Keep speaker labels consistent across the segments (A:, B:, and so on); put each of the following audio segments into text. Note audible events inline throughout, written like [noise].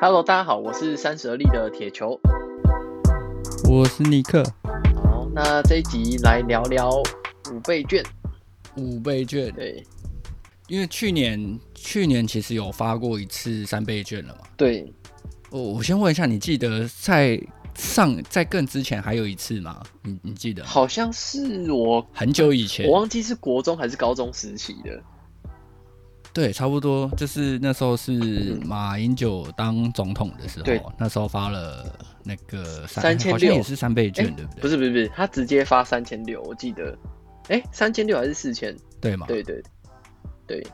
A: Hello，大家好，我是三十而立的铁球。
B: 我是尼克。
A: 好，那这一集来聊聊五倍券。
B: 五倍券，
A: 对
B: 因为去年去年其实有发过一次三倍券了嘛。
A: 对，
B: 我、我先问一下，你记得在上在更之前还有一次吗？你你记得吗？
A: 好像是我，
B: 很久以前
A: 我，忘记是国中还是高中时期的。
B: 对，差不多就是那时候是马英九当总统的时
A: 对
B: 候，那时候发了那个
A: 3600
B: 好像也是三倍券，
A: 诶
B: 对不对？
A: 不是不是不是，他直接发三千六，我记得。哎、三千六还是四千？
B: 对嘛？
A: 对对对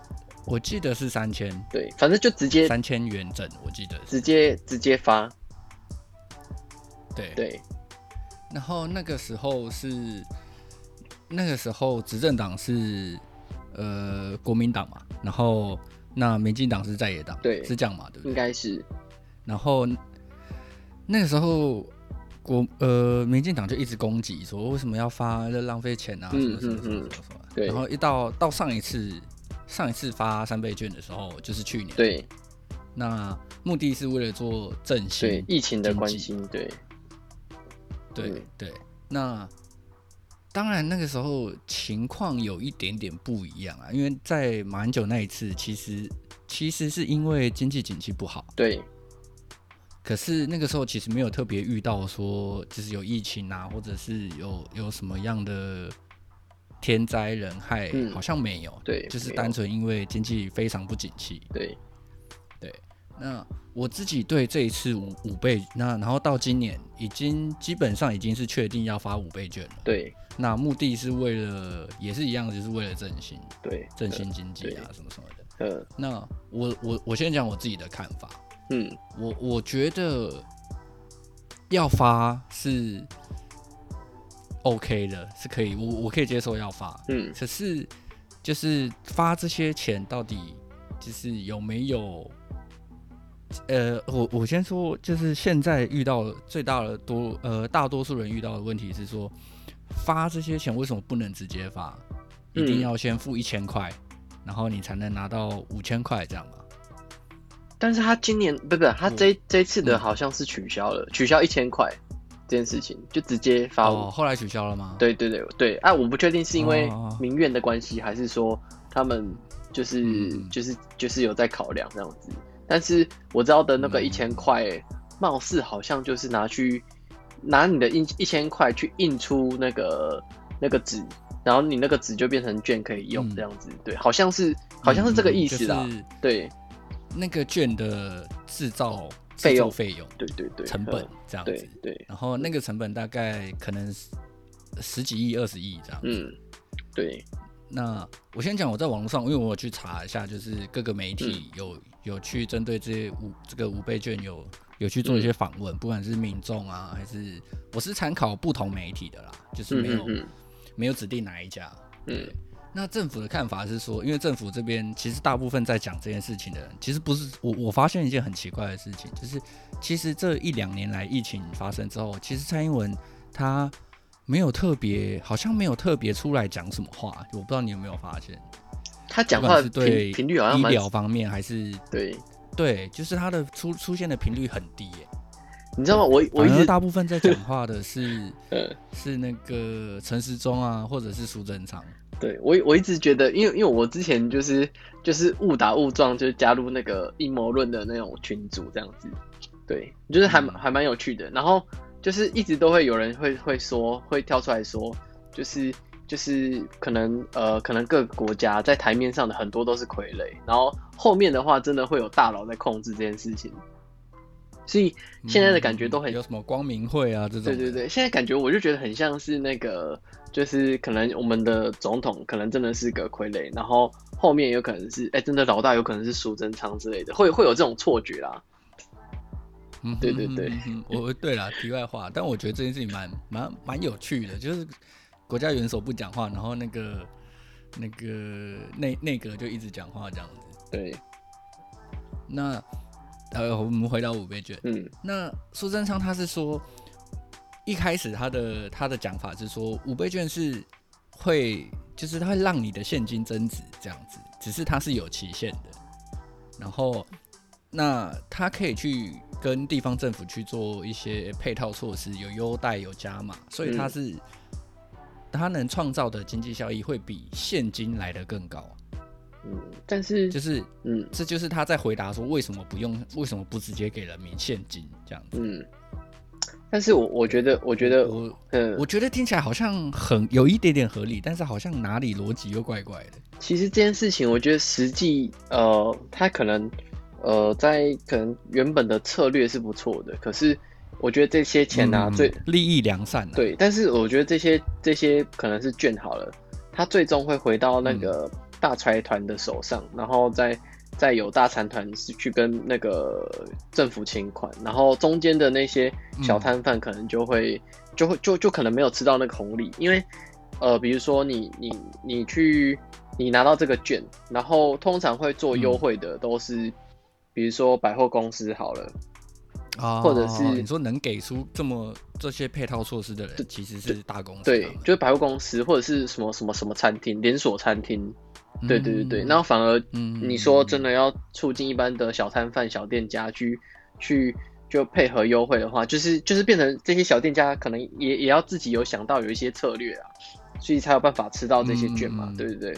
B: 我记得是三千
A: 对，反正就直接
B: 三千元整，我记得是
A: 直接直接发。
B: 对。
A: 对
B: 然后那个时候是那个时候执政党是呃国民党嘛，然后那民进党是在野党，
A: 对
B: 是这样嘛，对不
A: 应
B: 对？
A: 该是
B: 然后那个时候国呃民进党就一直攻击说为什么要发，这浪费钱啊，什
A: 嗯
B: 么什么什么什
A: 嗯嗯
B: 么什么。
A: 对
B: 然后一到到上一次上一次发三倍券的时候，就是去年，，
A: 对
B: 那目的是为了做振兴，
A: 对疫情的关
B: 经济
A: 心，对嗯
B: 对对，那当然那个时候情况有一点点不一样啊，因为在马英九那一次，其实其实是因为经济景气不好，
A: 对
B: 可是那个时候其实没有特别遇到说就是有疫情啊，或者是有有什么样的天灾人害，
A: 嗯
B: 好像没有，
A: 对
B: 就是
A: 没有
B: 单纯因为经济非常不景气，
A: 对，
B: 对，那我自己对这一次五五倍，那然后到今年已经基本上已经是确定要发五倍券了。
A: 对
B: 那目的是为了，也是一样，就是为了振兴、
A: 对，
B: 振兴经济啊
A: 对，
B: 什么什么的。
A: 呃
B: 那我我我先讲我自己的看法，
A: 嗯，
B: 我我觉得要发是 OK 的，是可以，我我可以接受要发。
A: 嗯
B: 可是就是发这些钱到底就是有没有？呃，我我先说，就是现在遇到最大的多呃，大多数人遇到的问题是说，发这些钱为什么不能直接发？一定
A: 嗯
B: 要先付一千块，然后你才能拿到五千块，这样吗？
A: 但是他今年不是不是他这这次的
B: 嗯
A: 好像是取消了，取消一千块这件事情，就直接发
B: 哦，
A: 五。
B: 后来取消了吗？
A: 对对对对，啊，我不确定是因为
B: 哦
A: 民怨的关系，还是说他们就是
B: 嗯嗯
A: 就是就是有在考量这样子。但是我知道的那个
B: 嗯
A: 一千块，貌似好像就是拿去拿你的印一千块去印出那个那个纸，然后你那个纸就变成券可以用
B: 嗯
A: 这样子。对，好像是好像是这个意思啦。
B: 嗯就是
A: 对
B: 那个券的制造
A: 费
B: 制
A: 用
B: 作费用、
A: 对对对，
B: 成本
A: 嗯
B: 这样
A: 对
B: 子，
A: 对，
B: 然后那个成本大概可能十十几亿、二十亿这样。
A: 嗯，对，
B: 那我先讲，我在网络上，因为我有去查一下，就是各个媒体
A: 嗯
B: 有、有去针对这些五这个五倍券有有去做一
A: 嗯
B: 些访问，不管是民众啊，还是我是参考不同媒体的啦，就是
A: 嗯
B: 没有、
A: 嗯
B: 没有指定哪一家。
A: 嗯
B: 那政府的看法是说，因为政府这边其实大部分在讲这件事情的人，其实不是我我发现一件很奇怪的事情，就是其实这一两年来疫情发生之后，其实蔡英文他没有特别，好像没有特别出来讲什么话，我不知道你有没有发现，
A: 嗯，他讲
B: 不
A: 话的
B: 管是
A: 频
B: 对
A: 频率好像
B: 医
A: 蛮
B: 疗方面还是
A: 对，
B: 对，就是他的出出现的频率很低耶、
A: 你知道吗？我我一
B: 反而
A: 直
B: 大部分在讲话的是
A: 呃，
B: 是那个陈时中啊，或者是苏贞昌，
A: 对我我一直觉得，因为因为我之前就是就是误打误撞就加入那个阴谋论的那种群组这样子，对，就是还蛮
B: 嗯
A: 还蛮有趣的。然后就是一直都会有人会会说，会跳出来说，就是就是可能呃可能各个国家在台面上的很多都是傀儡，然后后面的话真的会有大佬在控制这件事情，所以现在的感觉都很
B: 嗯有什么光明会啊这种，
A: 对对对，现在感觉我就觉得很像是那个，就是可能我们的总统可能真的是个傀儡，然后后面有可能是，哎、真的老大有可能是苏贞昌之类的，会会有这种错觉啦。
B: 嗯
A: 对对对
B: 哼，嗯哼我对啦，题外话，但我觉得这件事情蛮蛮蛮有趣的，就是国家元首不讲话，然后那个那个内内阁就一直讲话这样子。
A: 对，
B: 那呃，我们回到五倍券，
A: 嗯，
B: 那苏贞昌他是说，一开始他的他的讲法是说，五倍券是会就是它会让你的现金增值这样子，只是它是有期限的，然后那他可以去跟地方政府去做一些配套措施，有优待有加码，所以
A: 嗯
B: 他是、他能创造的经济效益会比现金来的更高。啊
A: 嗯，但是
B: 就是
A: 嗯
B: 这就是他在回答说为什么不用，为什么不直接给人民现金这样子。
A: 嗯，但是我我觉得我觉得
B: 我
A: 嗯，
B: 我觉得听起来好像很有一点点合理，但是好像哪里逻辑又怪怪的。
A: 其实这件事情，我觉得实际呃，他可能呃，在可能原本的策略是不错的，可是我觉得这些钱啊，
B: 嗯
A: 最
B: 利益良善、啊，，
A: 对，但是我觉得这些这些可能是卷好了，它最终会回到那个大财团的手上，然后再再有大财团是去跟那个政府请款，然后中间的那些小摊贩可能就会、就会就就可能没有吃到那个红利，因为呃，比如说你你你去你拿到这个券，然后通常会做优惠的都是，比如说百货公司好了。
B: 啊、
A: 或者是
B: 你说能给出这么这些配套措施的人，其实是大公司，啊嗯
A: 对
B: 他们，
A: 就是百货公司或者是什么什么什么餐厅，连锁餐厅，对对对对。
B: 嗯
A: 然后反而
B: 嗯
A: 你说真的要促进一般的小摊贩、小店家去去就配合优惠的话，就是就是变成这些小店家可能也也要自己有想到有一些策略啊，所以才有办法吃到这些券嘛，
B: 嗯嗯嗯
A: 对不对？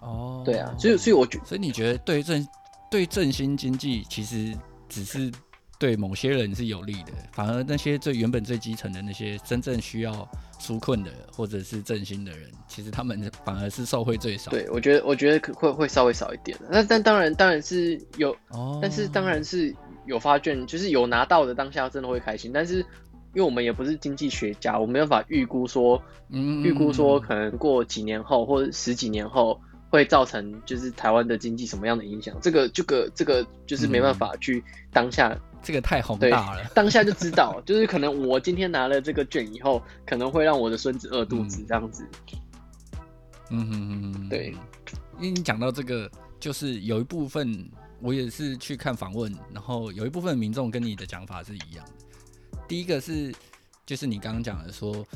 B: 哦，
A: 对啊，所以所以我觉
B: 所以你觉得对振对振兴经济其实只是对某些人是有利的，反而那些最原本最基层的那些真正需要纾困的或者是振兴的人，其实他们反而是受惠最少。，
A: 对我觉得我觉得可会会稍微少一点，那但当然当然是有
B: 哦，
A: 但是当然是有发券，就是有拿到的当下真的会开心，但是因为我们也不是经济学家，我没有办法预估说，
B: 嗯，嗯
A: 预估说可能过几年后或者十几年后会造成就是台湾的经济什么样的影响，这个这个这个就是没办法去当下、
B: 这个太宏
A: 对
B: 大了。
A: 当下就知道，就是可能我今天拿了这个券以后，可能会让我的孙子饿肚子
B: 嗯
A: 这样子，
B: 嗯哼哼哼，
A: 对。
B: 因为你讲到这个，就是有一部分我也是去看访问，然后有一部分民众跟你的讲法是一样的。第一个是，就是你刚刚讲的说，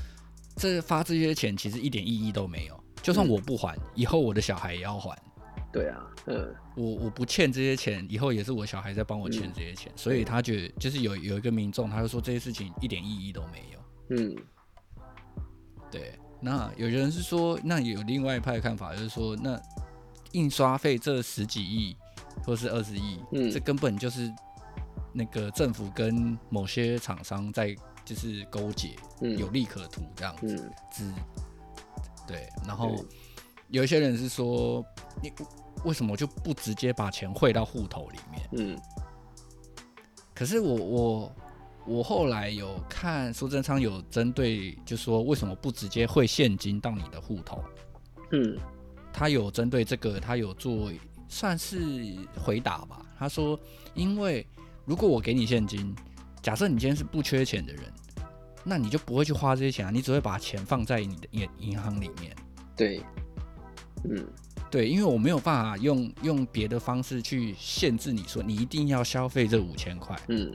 B: 这发这些钱其实一点意义都没有，就算
A: 嗯
B: 我不还，以后我的小孩也要还。
A: 对啊，嗯
B: 我我不欠这些钱，以后也是我小孩在帮我欠这些钱，所以他觉得就是有有一个民众，他就说这些事情一点意义都没有。
A: 嗯
B: 对，那有人是说，那有另外一派的看法，就是说，那印刷费这十几亿或是二十亿，
A: 嗯
B: 这根本就是那个政府跟某些厂商在就是勾结，
A: 嗯
B: 有利可图这样子。
A: 嗯
B: 之对，然后
A: 对
B: 有一些人是说，你为什么就不直接把钱汇到户头里面？
A: 嗯
B: 可是我我我后来有看苏贞昌有针对，就说为什么不直接汇现金到你的户头？
A: 嗯
B: 他有针对这个，他有做算是回答吧。他说，因为如果我给你现金，假设你今天是不缺钱的人，那你就不会去花这些钱啊，你只会把钱放在你的银银行里面。
A: 对，嗯
B: 对，因为我没有办法用用别的方式去限制你说你一定要消费这五千块。
A: 嗯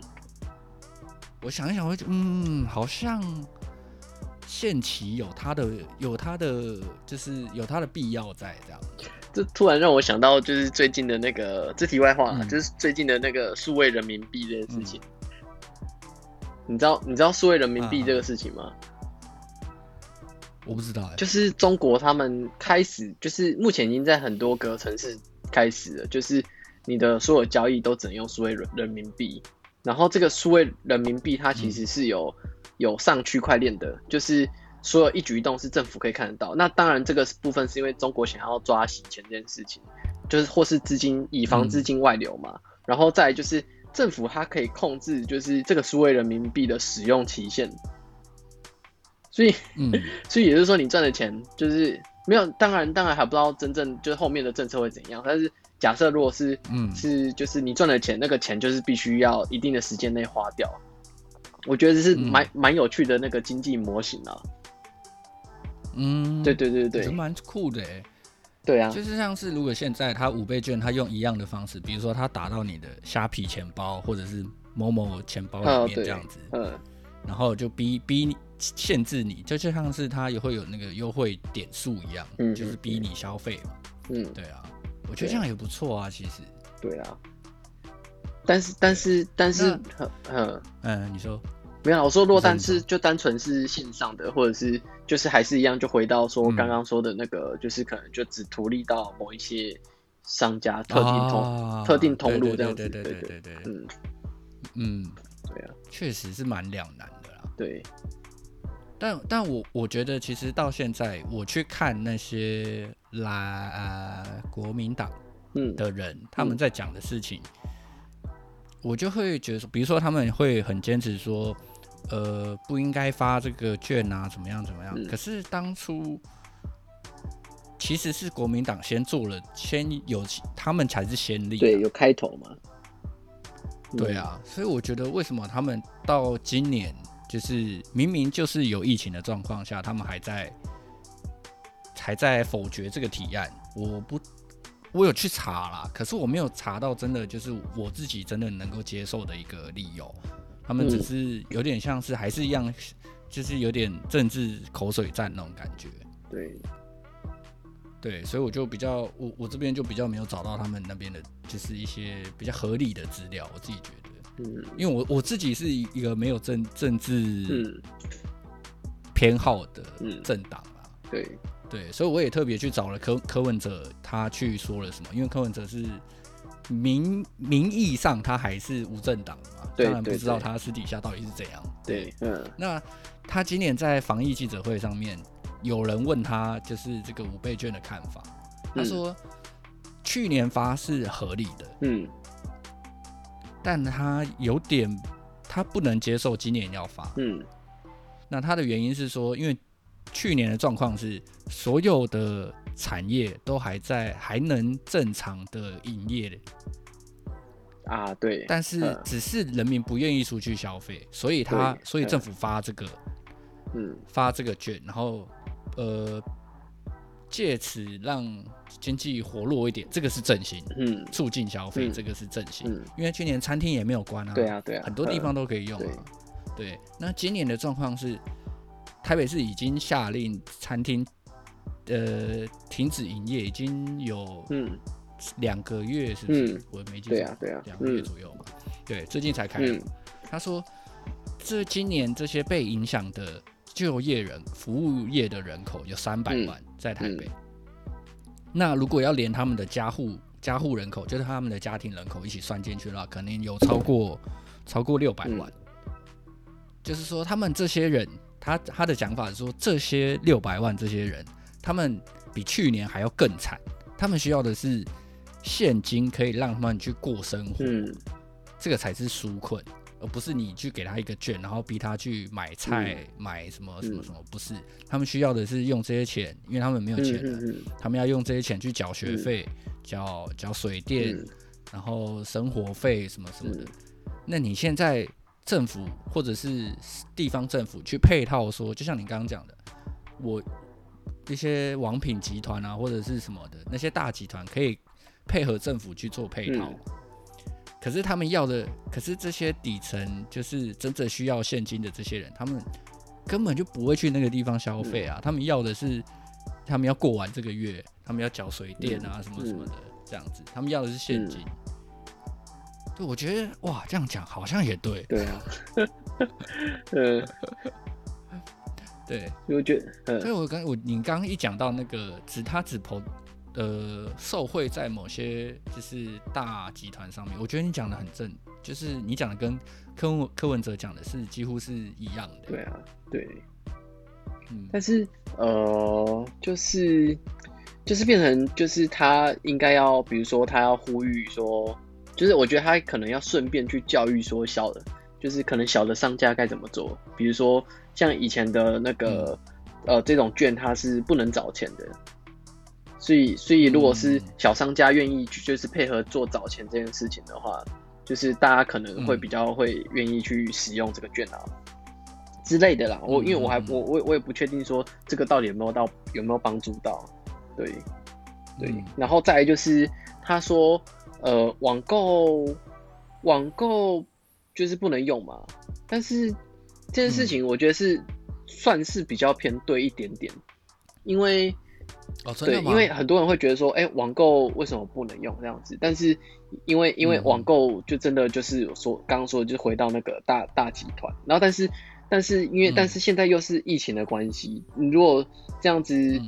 B: 我想一想，我就嗯，好像限期有它的有它的就是有它的必要在这样。
A: 这突然让我想到，就是最近的那个，这题外话啦、
B: 嗯
A: 就是最近的那个数位人民币这件事情。你知道你知道数位人民币这个事情吗？
B: 我不知道哎、
A: 就是中国他们开始，就是目前已经在很多个城市开始了，就是你的所有交易都只能用数位人人民币。然后这个数位人民币它其实是有、有上区块链的，就是所有一举一动是政府可以看得到。那当然这个部分是因为中国想要抓洗钱这件事情，就是或是资金以防资金外流嘛。然后再来就是政府它可以控制就是这个数位人民币的使用期限，所以。
B: 嗯，
A: 所以也就是说，你赚的钱就是没有，当然当然还不知道真正就是后面的政策会怎样。但是假设如果是
B: 嗯
A: 是就是你赚的钱，那个钱就是必须要一定的时间内花掉。我觉得这是
B: 嗯
A: 蛮蛮、有趣的那个经济模型啊。
B: 嗯，
A: 对对对
B: 我觉得
A: 对
B: 蛮酷的哎、
A: 对啊，
B: 就是像是如果现在他五倍券，他用一样的方式，比如说他打到你的虾皮钱包或者是某某钱包
A: 啊
B: 里面
A: 对
B: 这样子，
A: 嗯
B: 然后就逼逼你限制你，就就像是他也会有那个优惠点数一样，
A: 嗯
B: 就是逼你消费嘛。
A: 嗯，
B: 对啊，我觉得这样也不错啊，其实。
A: 对啊。但是但是但是，嗯，
B: 嗯，你说，
A: 没有啦，我说落单
B: 你说你
A: 是就单纯是线上的，或者是就是还是一样，就回到说
B: 嗯
A: 刚刚说的那个，就是可能就只图利到某一些商家特定通、
B: 啊
A: 特定通路
B: 对
A: 这样
B: 对
A: 子，
B: 对
A: 对
B: 对对对对，
A: 嗯，
B: 嗯，
A: 对啊，
B: 确实是蛮两难的啦。
A: 对，
B: 但但我我觉得，其实到现在我去看那些啦、呃、国民党
A: 嗯，
B: 的人，他们在讲的事情，我就会觉得说，比如说他们会很坚持说，呃，不应该发这个券啊，怎么样怎么样。
A: 嗯
B: 可是当初其实是国民党先做了，先有他们才是先例、啊，
A: 对，有开头嘛，嗯
B: 对啊，所以我觉得为什么他们到今年就是明明就是有疫情的状况下，他们还在还在否决这个提案？我不，我有去查啦，可是我没有查到真的就是我自己真的能够接受的一个理由。他们只
A: 嗯
B: 是有点像是还是一样，就是有点政治口水战那种感觉。
A: 嗯，对，
B: 对，所以我就比较我我这边就比较没有找到他们那边的，就是一些比较合理的资料，我自己觉得。
A: 嗯
B: 因为我我自己是一个没有政政治
A: 嗯，
B: 偏好的
A: 嗯
B: 政党啦，
A: 对，
B: 对，所以我也特别去找了柯柯文哲，他去说了什么？因为柯文哲是名名义上他还是无政党嘛，
A: 对
B: 当然不
A: 对
B: 知道
A: 对
B: 他私底下到底是怎样。
A: 对，嗯
B: 那他今年在防疫记者会上面，有人问他就是这个五倍券的看法，他
A: 嗯
B: 说去年发是合理的，
A: 嗯，
B: 但他有点他不能接受今年要发。
A: 嗯，
B: 那它的原因是说，因为去年的状况是所有的产业都还在还能正常的营业，
A: 啊，对，
B: 但是
A: 嗯
B: 只是人民不愿意出去消费，所以他
A: 对
B: 所以政府发这个
A: 嗯
B: 发这个券，然后呃借此让经济活络一点，这个是振兴，
A: 嗯，
B: 促进消费，
A: 嗯
B: 这个是振兴。
A: 嗯
B: 因为去年餐厅也没有关啊，
A: 对啊对啊
B: 很多地方都可以用、啊
A: 嗯
B: 对那今年的状况是，台北市已经下令餐厅呃停止营业，已经有
A: 嗯
B: 两个月，是不是？
A: 嗯
B: 我没记错，
A: 对啊对啊
B: 两个月
A: 嗯
B: 左右嘛。对，最近才开。
A: 嗯
B: 他说，这今年这些被影响的就业人、服务业的人口有三百
A: 嗯
B: 万在台北。那如果要连他们的家户家户人口，就是他们的家庭人口一起算进去的话，可能有超过超过六百万。
A: 嗯
B: 就是说，他们这些人，他他的讲法是说，这些六百万这些人，他们比去年还要更惨。他们需要的是现金，可以让他们去过生活。
A: 嗯
B: 这个才是纾困，而不是你去给他一个券，然后逼他去买菜、
A: 嗯
B: 买什么什么什么，不是，他们需要的是用这些钱，因为他们没有
A: 嗯
B: 钱了，
A: 嗯
B: 他们要用这些钱去缴学费、缴缴水电，
A: 嗯
B: 然后生活费什么什么的。
A: 嗯
B: 那你现在政府或者是地方政府去配套说，就像你刚刚讲的，我一些网品集团啊，或者是什么的那些大集团可以配合政府去做配套。
A: 嗯
B: 可是他们要的，可是这些底层就是真正需要现金的这些人，他们根本就不会去那个地方消费啊。他们要的是，他们要过完这个月，他们要缴水电啊，什么什么的，这样子。他们要的是现金。对，我觉得哇，这样讲好像也对。
A: 对啊，嗯，
B: [laughs] 对，
A: 我觉得，嗯
B: 所以我刚我你刚刚一讲到那个，只他只投呃受贿在某些就是大集团上面，我觉得你讲的很正，就是你讲的跟柯文柯文哲讲的是几乎是一样的。
A: 对，啊，对。
B: 嗯，
A: 但是呃，就是就是变成就是他应该要，比如说他要呼吁说，就是我觉得他可能要顺便去教育说小的，就是可能小的商家该怎么做，比如说像以前的那个、
B: 嗯
A: 呃这种券，它是不能找钱的。所以，所以如果是
B: 嗯
A: 小商家愿意去就是配合做找钱这件事情的话，就是大家可能会
B: 嗯
A: 比较会愿意去使用这个券啊之类的啦。我因为我还
B: 嗯嗯嗯
A: 我我我也不确定说这个到底有没有到有没有帮助到，对对。
B: 嗯
A: 然后再来就是他说，呃，网购网购就是不能用嘛，但是这
B: 嗯
A: 件事情我觉得是、算是比较偏对一点点，因为
B: 哦，真
A: 对，
B: 的吗？
A: 因为很多人会觉得说，哎、网购为什么不能用这样子？但是因为因为
B: 嗯
A: 网购就真的就是说刚刚说的，就是回到那个大大集团，然后但是但是因为、
B: 嗯
A: 但是现在又是疫情的关系，你如果这样子
B: 嗯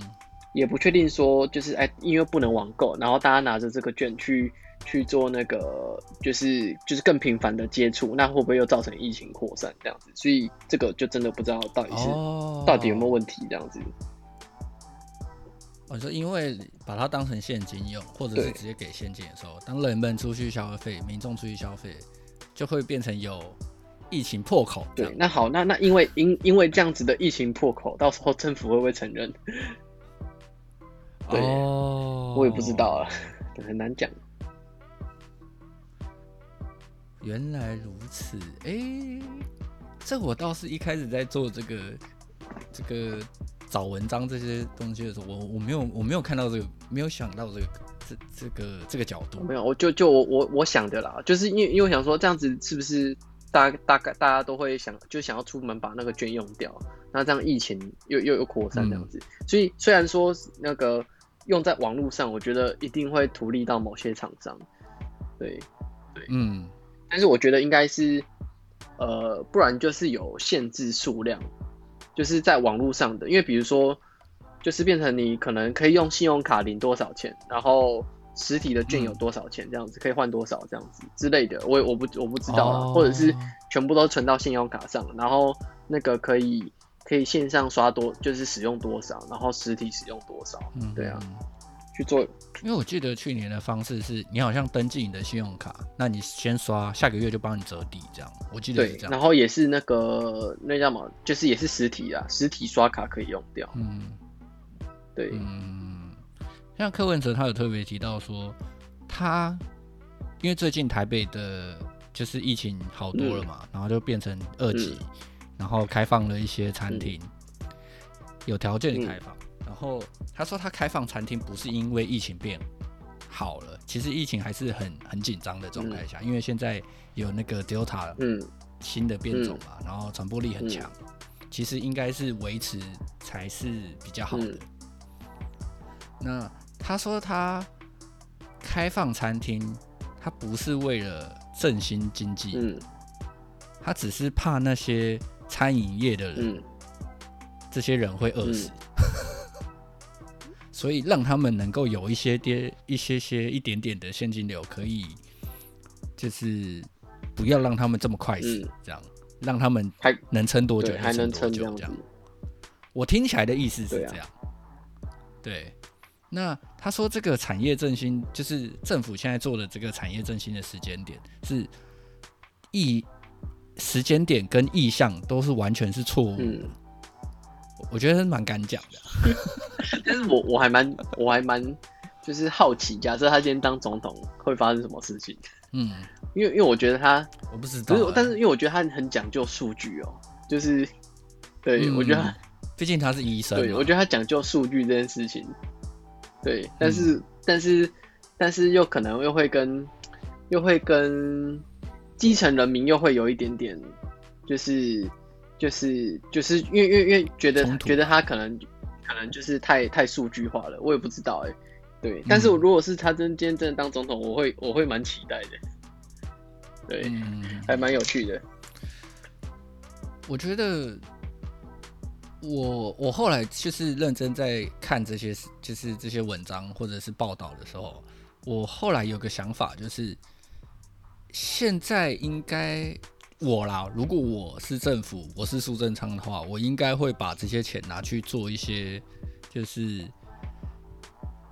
A: 也不确定说就是哎、因为不能网购，然后大家拿着这个券去去做那个就是就是更频繁的接触，那会不会又造成疫情扩散这样子？所以这个就真的不知道到底是、
B: 哦，
A: 到底有没有问题这样子。
B: 我哦说，因为把它当成现金用，或者是
A: 对
B: 直接给现金的时候，当人们出去消费，民众出去消费，就会变成有疫情破口这
A: 对
B: 样。，
A: 那好，那那因为因因为这样子的疫情破口，到时候政府会不会承认？对
B: 哦，
A: 我也不知道啊， [laughs] 很难讲。
B: 原来如此，诶，这我倒是一开始在做这个这个找文章这些东西的时候，我我没有我没有看到这个，没有想到这个这这个这个角度。
A: 没有，我就就我我我想的啦，就是因为因为我想说这样子是不是大大概大家都会想就想要出门把那个券用掉，那这样疫情又又又扩散这样子，
B: 嗯
A: 所以虽然说那个用在网络上，我觉得一定会图利到某些厂商，对，
B: 嗯，
A: 但是我觉得应该是，呃，不然就是有限制数量，就是在网络上的，因为比如说，就是变成你可能可以用信用卡领多少钱，然后实体的券
B: 嗯
A: 有多少钱，这样子、可以换多少这样子之类的，我也我不我不知道啊，
B: 哦
A: 或者是全部都存到信用卡上，然后那个可以可以线上刷多，就是使用多少，然后实体使用多少
B: 嗯，
A: 对啊
B: 嗯
A: 去做，
B: 因为我记得去年的方式是，你好像登记你的信用卡，那你先刷，下个月就帮你折抵这样。我记得是
A: 对，
B: 这
A: 然
B: 样。
A: 后也是那个那叫什么，就是也是实体啊，实体刷卡可以用掉，
B: 嗯
A: 对。
B: 嗯，像柯文哲他有特别提到说，他因为最近台北的就是疫情好多了嘛，然后就变成二级，然后开放了一些餐厅，有条件的开放。然后他说他开放餐厅不是因为疫情变好了，其实疫情还是很很紧张的状态下，因为现在有那个 Delta
A: 嗯，
B: 新的变种嘛，然后传播力很
A: 嗯
B: 强，其实应该是维持才是比较好的。
A: 嗯
B: 那他说他开放餐厅，他不是为了振兴经济，
A: 嗯
B: 他只是怕那些餐饮业的人，
A: 嗯
B: 这些人会饿死。 [laughs] 所以让他们能够有一些跌一些些一点点的现金流，可以就是不要让他们这么快死，
A: 嗯
B: 这样让他们
A: 还
B: 能撑多久
A: 对，
B: 就
A: 还能撑
B: 多
A: 这
B: 久
A: 样
B: 这
A: 子
B: 样。。我听起来的意思是
A: 对啊
B: 这样。对，那他说这个产业振兴，就是政府现在做的这个产业振兴的时间点是意时间点跟意向都是完全是错误的。
A: 嗯，
B: 我我觉得蛮敢讲的。
A: [laughs] 但是我我还蛮我还蛮就是好奇，假设他今天当总统会发生什么事情？
B: 嗯，
A: 因为因为我觉得他，
B: 我不知道
A: 可
B: 啊、
A: 是但是因为我觉得他很讲究数据哦，就是对、
B: 嗯
A: 我觉得他
B: 毕竟他是医生嘛，
A: 对我觉得他讲究数据这件事情，
B: 嗯
A: 对，但是、但是但是又可能又会跟又会跟基层人民又会有一点点，就是就是就是因为因为因为觉得
B: 冲突
A: 觉得他可能可能就是太太数据化了，我也不知道哎、
B: 嗯
A: 对，但是我如果是他真今天真的当总统，我会我会蛮期待的，对，
B: 嗯，
A: 还蛮有趣的，
B: 我觉得我我后来就是认真在看这些就是这些文章或者是报道的时候，我后来有个想法，就是现在应该我啦，如果我是政府，我是苏贞昌的话，我应该会把这些钱拿去做一些就是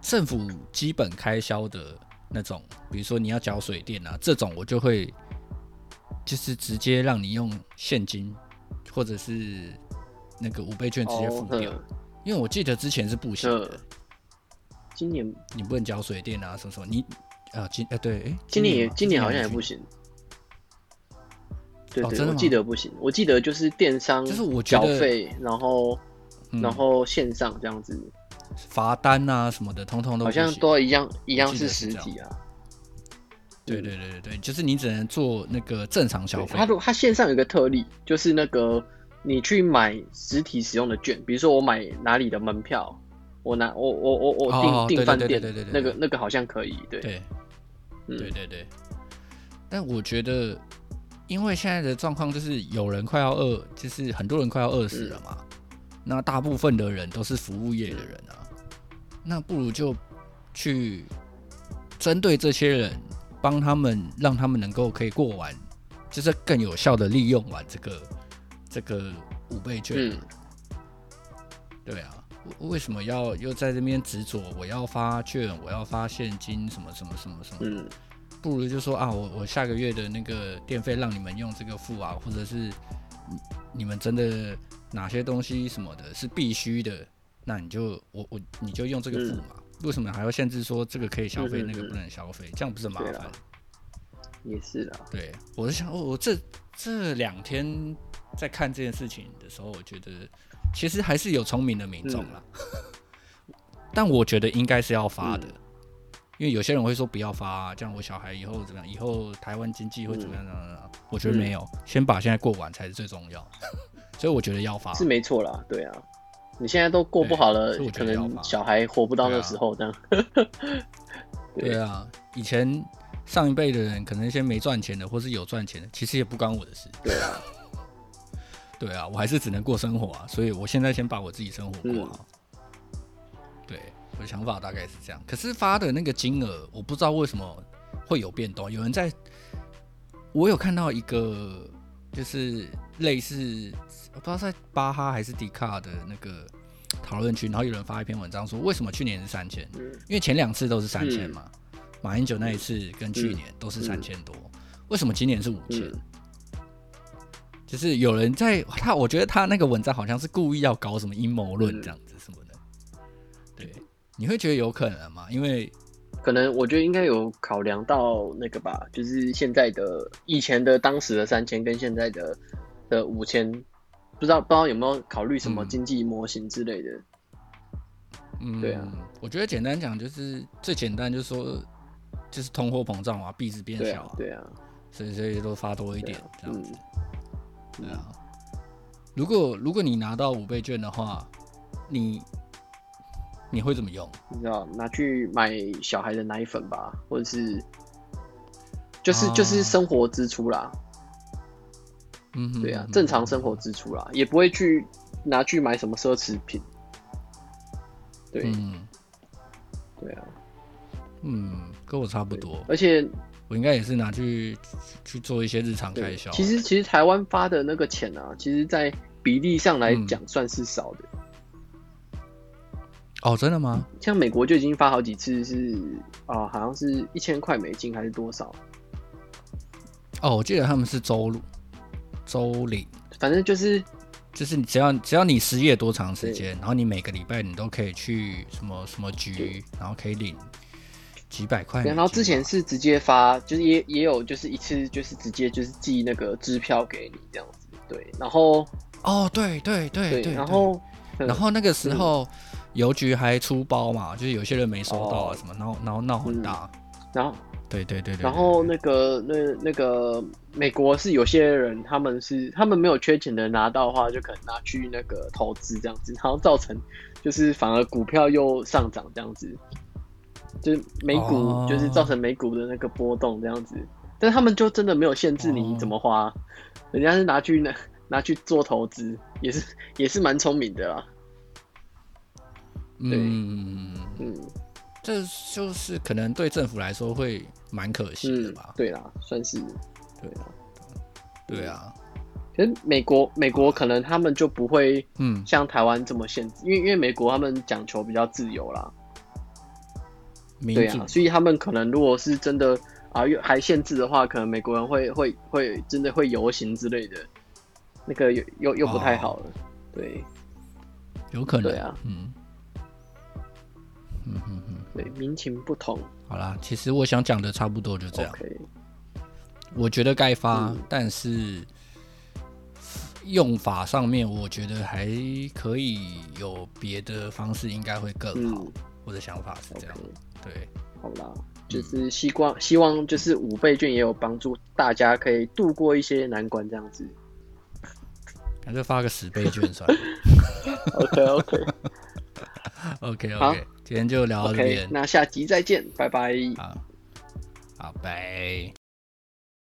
B: 政府基本开销的那种，比如说你要缴水电啊，这种我就会就是直接让你用现金或者是那个五倍券直接付掉，
A: 哦
B: 因为我记得之前是不行
A: 嗯
B: 的，
A: 嗯，今年
B: 你不能缴水电啊什么什么，你啊今啊对，哎，
A: 今年也
B: 吗
A: 今年好像也
B: 去
A: 不行。对
B: 哦
A: 对，
B: 真的
A: 我
B: 吗
A: 记得不行，我记得就是电商
B: 就是我觉
A: 缴
B: 得
A: 费，然后、
B: 嗯
A: 然后线上这样子，
B: 罚单啊什么的，通通都
A: 好
B: 不行
A: 像都一样一样
B: 我记得是
A: 实
B: 这样
A: 体啊。
B: 对对对对对，就是你只能做那个正常消
A: 对，
B: 费
A: 它。如它线上有一个特例，就是那个你去买实体使用的券，比如说我买哪里的门票，我拿我我我我订、
B: 哦对
A: 订
B: 对
A: 饭
B: 对
A: 店
B: 对对对
A: 那
B: 对
A: 个那个好像可以，对，
B: 对，
A: 嗯
B: 对对对。但我觉得，因为现在的状况就是有人快要饿，就是很多人快要饿
A: 嗯
B: 死了嘛。那大部分的人都是服务业的人啊，那不如就去针对这些人，帮他们，让他们能够可以过完，就是更有效的利用完这个这个五倍券。
A: 嗯
B: 对啊，为为什么要又在这边执着？我要发券，我要发现金，什么什么什么什么？
A: 嗯
B: 不如就说啊，我我下个月的那个电费让你们用这个付啊，或者是你你们真的哪些东西什么的是必须的，那你就我我你就用这个
A: 嗯
B: 付嘛。为什么还要限制说这个可以消费，
A: 嗯嗯
B: 那个不能消费？这样不是很麻
A: 对
B: 烦
A: 啊？也是啦，
B: 对，我是想，哦我我这这两天在看这件事情的时候，我觉得其实还是有聪明的民众啦， [laughs] 但我觉得应该是要发的，因为有些人会说不要发、这样我小孩以后怎么样，以后台湾经济会怎么样怎么样怎么样？我觉得没有，先把现在过完才是最重要， [laughs] 所以我觉得要发。
A: 是没错啦，对啊，你现在都过不好了
B: 对所以我，觉
A: 可
B: 得要
A: 能
B: 吧
A: 小孩活不到
B: 对
A: 那
B: 啊
A: 时候这样，对
B: 对啊，以前上一辈的人可能一些没赚钱的，或是有赚钱的，其实也不关我的事。
A: 对啊，
B: [laughs] 对啊，我还是只能过生活啊，所以我现在先把我自己生活过好。
A: 嗯
B: 对，我的想法大概是这样。可是发的那个金额，我不知道为什么会有变动。有人在，我有看到一个，就是类似我不知道在巴哈还是迪卡的那个讨论区，然后有人发一篇文章说，为什么去年是三千？
A: 嗯
B: 因为前两次都是三千嘛，马英九那一次跟去年都是三千多，为什么今年是五千？
A: 嗯
B: 就是有人在他，我觉得他那个文章好像是故意要搞什么阴谋
A: 嗯
B: 论这样子什么的。对，你会觉得有可能吗？因为
A: 可能我觉得应该有考量到那个吧，就是现在的以前的当时的三千跟现在的的五千，不知道不知道有没有考虑什么
B: 嗯
A: 经济模型之类的，
B: 嗯，
A: 对啊，
B: 我觉得简单讲就是最简单就是说就是通货膨胀嘛，币值变
A: 对
B: 小
A: 啊
B: 啊、
A: 对啊，
B: 所以所以都发多一点、这样
A: 嗯
B: 子。对啊，如果如果你拿到五倍券的话，你你会怎么用？
A: 你知道拿去买小孩的奶粉吧，或者是就是
B: 啊
A: 就是生活支出啦，
B: 嗯哼，
A: 对啊
B: 嗯，哼
A: 正常生活支出啦，也不会去拿去买什么奢侈品，对、
B: 嗯
A: 对啊，
B: 嗯，跟我差不多，
A: 而且
B: 我应该也是拿去去做一些日常开销。啊
A: 其实其实台湾发的那个钱啊，其实在比例上来
B: 嗯
A: 讲算是少的，
B: 哦，真的吗？
A: 像美国就已经发好几次是啊、好像是一千块美金还是多少，
B: 哦，我记得他们是周周领，
A: 反正就是
B: 就是你只要只要你失业多长时间，然后你每个礼拜你都可以去什么什么局，然后可以领几百块美
A: 对，
B: 金吧。
A: 然后之前是直接发，就是也也有就是一次就是直接就是寄那个支票给你这样子，对，然后
B: 哦，对对对
A: 对，
B: 对，
A: 然后嗯
B: 然后那个时候邮局还出包嘛，就是有些人没收到啊
A: 哦
B: 什么，然后然后闹很大。
A: 然后
B: 对对对对。
A: 然后那个那那个美国是有些人他们是他们没有缺钱的拿到的话，就可能拿去那个投资这样子，然后造成就是反而股票又上涨这样子，就是美股、
B: 哦
A: 就是造成美股的那个波动这样子，但他们就真的没有限制你
B: 哦
A: 怎么花，人家是拿去拿拿去做投资，也是也是蛮聪明的啦，
B: 对
A: 对
B: 嗯，
A: 嗯
B: 这就是可能对政府来说会蛮可惜的
A: 嗯
B: 吧，？
A: 对啦，算是对啦。嗯
B: 对啊，
A: 可是美国美国可能他们就不会
B: 嗯，
A: 像台湾这么限制，因为因为美国他们讲求比较自由啦，
B: 民
A: 对
B: 主
A: 啊，所以他们可能如果是真的啊又还限制的话，可能美国人会会会真的会游行之类的，那个又又又不
B: 哦
A: 太好了，对
B: 有可能。
A: 对啊，
B: 嗯，嗯嗯嗯，
A: 对，民情不同
B: 好啦，其实我想讲的差不多就这样。
A: ，OK，
B: 我觉得该发，
A: 嗯
B: 但是用法上面，我觉得还可以有别的方式，应该会更好。
A: 嗯
B: 我的想法是这样
A: OK，
B: 对，
A: 好啦。
B: 嗯
A: 就是希望希望就是五倍券也有帮助大家可以度过一些难关这样
B: [laughs]
A: 子。 [laughs]
B: 干脆发个十倍券算了。
A: OK OK，
B: OK
A: 好
B: OK，今天就聊到这
A: OK，
B: 边，
A: 那下集再见，拜拜。
B: 好，好，拜。